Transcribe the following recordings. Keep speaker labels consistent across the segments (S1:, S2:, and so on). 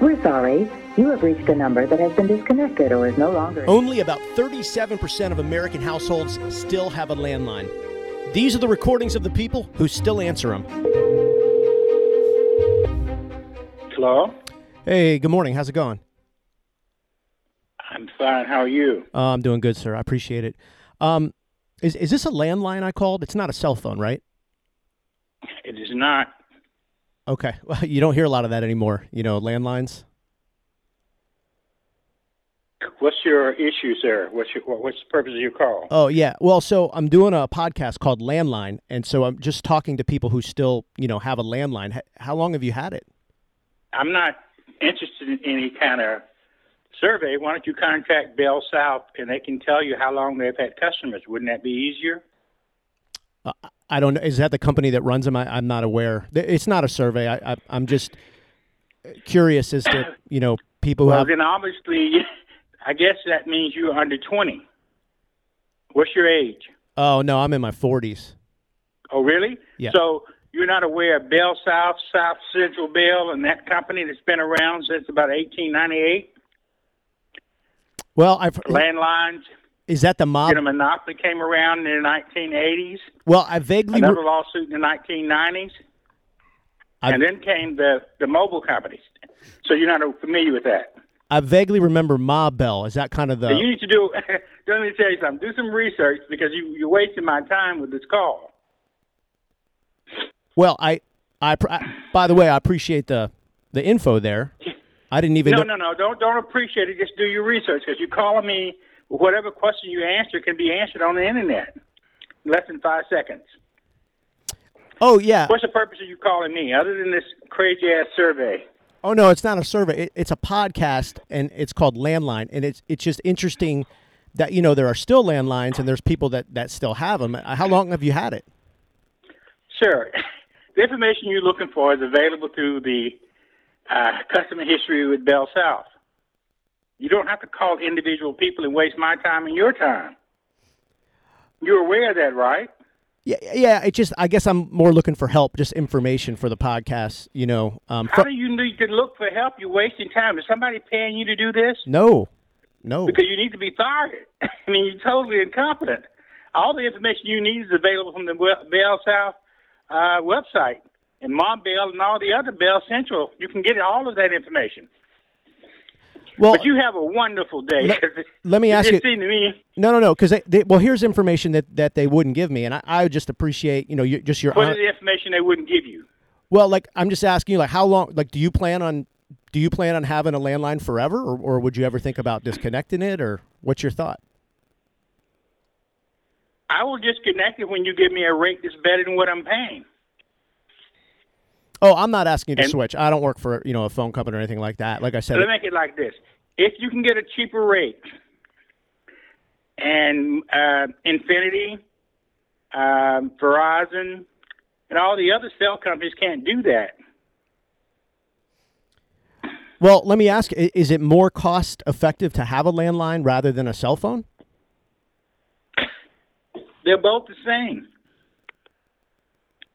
S1: We're sorry. You have reached a number that has been disconnected or is no longer.
S2: Only about 37% of American households still have a landline. These are the recordings of the people who still answer them.
S3: Hello?
S2: Hey, good morning. How's it going?
S3: I'm fine. How are you?
S2: Uh, I'm doing good, sir. I appreciate it. Um, is is this a landline I called? It's not a cell phone, right?
S3: It is not.
S2: Okay. Well, you don't hear a lot of that anymore. You know, landlines.
S3: What's your issue, sir? What's your, what- what's the purpose of your call?
S2: Oh yeah. Well, so I'm doing a podcast called Landline, and so I'm just talking to people who still, you know, have a landline. H- How long have you had it?
S3: I'm not interested in any kind of survey. Why don't you contact Bell South and they can tell you how long they've had customers? Wouldn't that be easier?
S2: I don't. know. Is that the company that runs them? I, I'm not aware. Th- It's not a survey. I, I I'm just curious as to you know people who
S3: Well,
S2: have.
S3: then obviously, I guess that means you're under 20. What's your age?
S2: Oh no, I'm in my 40s.
S3: Oh, really?
S2: Yeah.
S3: So you're not aware of Bell South, South Central Bell, and that company that's been around since about 1898?
S2: Well, I've.
S3: Landlines,
S2: Is that the mob?
S3: did a monopoly came around in the 1980s,
S2: Well, I vaguely.
S3: another
S2: re-
S3: lawsuit in the 1990s,
S2: I-
S3: and then came the, the mobile companies. So you're not familiar with that.
S2: I vaguely remember Ma Bell. Is that kind of
S3: And
S2: the?
S3: you need to do, let me tell you something, do some research because you, you're wasting my time with this call.
S2: Well, I, I, pr- I- By the way, I appreciate the the info there. I didn't even.
S3: No,
S2: know,
S3: no, no, don't, don't appreciate it. Just do your research because you're calling me, whatever question you answer can be answered on the internet in less than five seconds.
S2: Oh yeah.
S3: What's the purpose of you calling me other than this crazy ass survey?
S2: Oh no, it's not a survey. It, it's a podcast, and it's called Landline, and it's it's just interesting that you know there are still landlines, and there's people that that still have them. How long have you had it?
S3: Sure. The information you're looking for is available through the uh, customer history with Bell South. You don't have to call individual people and waste my time and your time. You're aware of that, right?
S2: Yeah, yeah. It just I guess I'm more looking for help, just information for the podcast. You know, um,
S3: How
S2: fr-
S3: do you need to look for help? You're wasting time. Is somebody paying you to do this?
S2: no, no.
S3: Because you need to be fired. I mean, you're totally incompetent. All the information you need is available from the we- Bell South uh, website and Mom Bell and all the other Bell Central. You can get all of that information.
S2: Well,
S3: But you have a wonderful day.
S2: Let- let me ask
S3: it
S2: you-
S3: just seemed to me,
S2: no, no, no. Because they, they, well, here's information that that they wouldn't give me, and I, I would just appreciate you know your, just your.
S3: what
S2: hon-
S3: is the information they wouldn't give you?
S2: Well, like I'm just asking you, like how long? Like, do you plan on do you plan on having a landline forever, or, or would you ever think about disconnecting it, or what's your thought?
S3: I will disconnect it when you give me a rate that's better than what I'm paying.
S2: Oh, I'm not asking you to
S3: And-
S2: switch. I don't work for you know a phone company or anything like that. Like I said,
S3: Let me make it like this: if you can get a cheaper rate, and uh, Infinity, um, Verizon, and all the other cell companies can't do that.
S2: well, let me ask: i- Is it more cost effective to have a landline rather than a cell phone?
S3: They're both the same.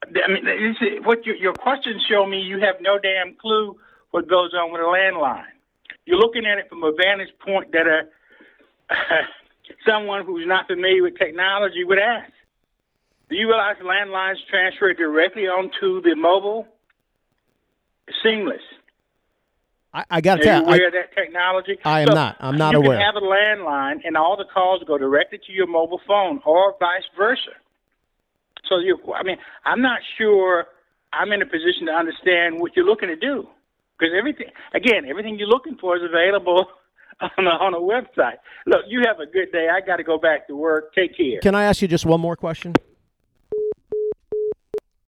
S3: I mean, this is, what your, your questions show me, you have no damn clue what goes on with a landline. You're looking at it from a vantage point that a someone who's not familiar with technology would ask. Do you realize landlines transfer directly onto the mobile? Seamless.
S2: I, I got to
S3: Are you
S2: tell you,
S3: aware
S2: I,
S3: of that technology?
S2: I am not. I'm not
S3: you
S2: aware.
S3: can have a landline, and all the calls go directly to your mobile phone, or vice versa. So you, I mean, I'm not sure I'm in a position to understand what you're looking to do, because everything, again, everything you're looking for is available on a, on a website. Look, you have a good day. I got to go back to work. Take care.
S2: can I ask you just one more question?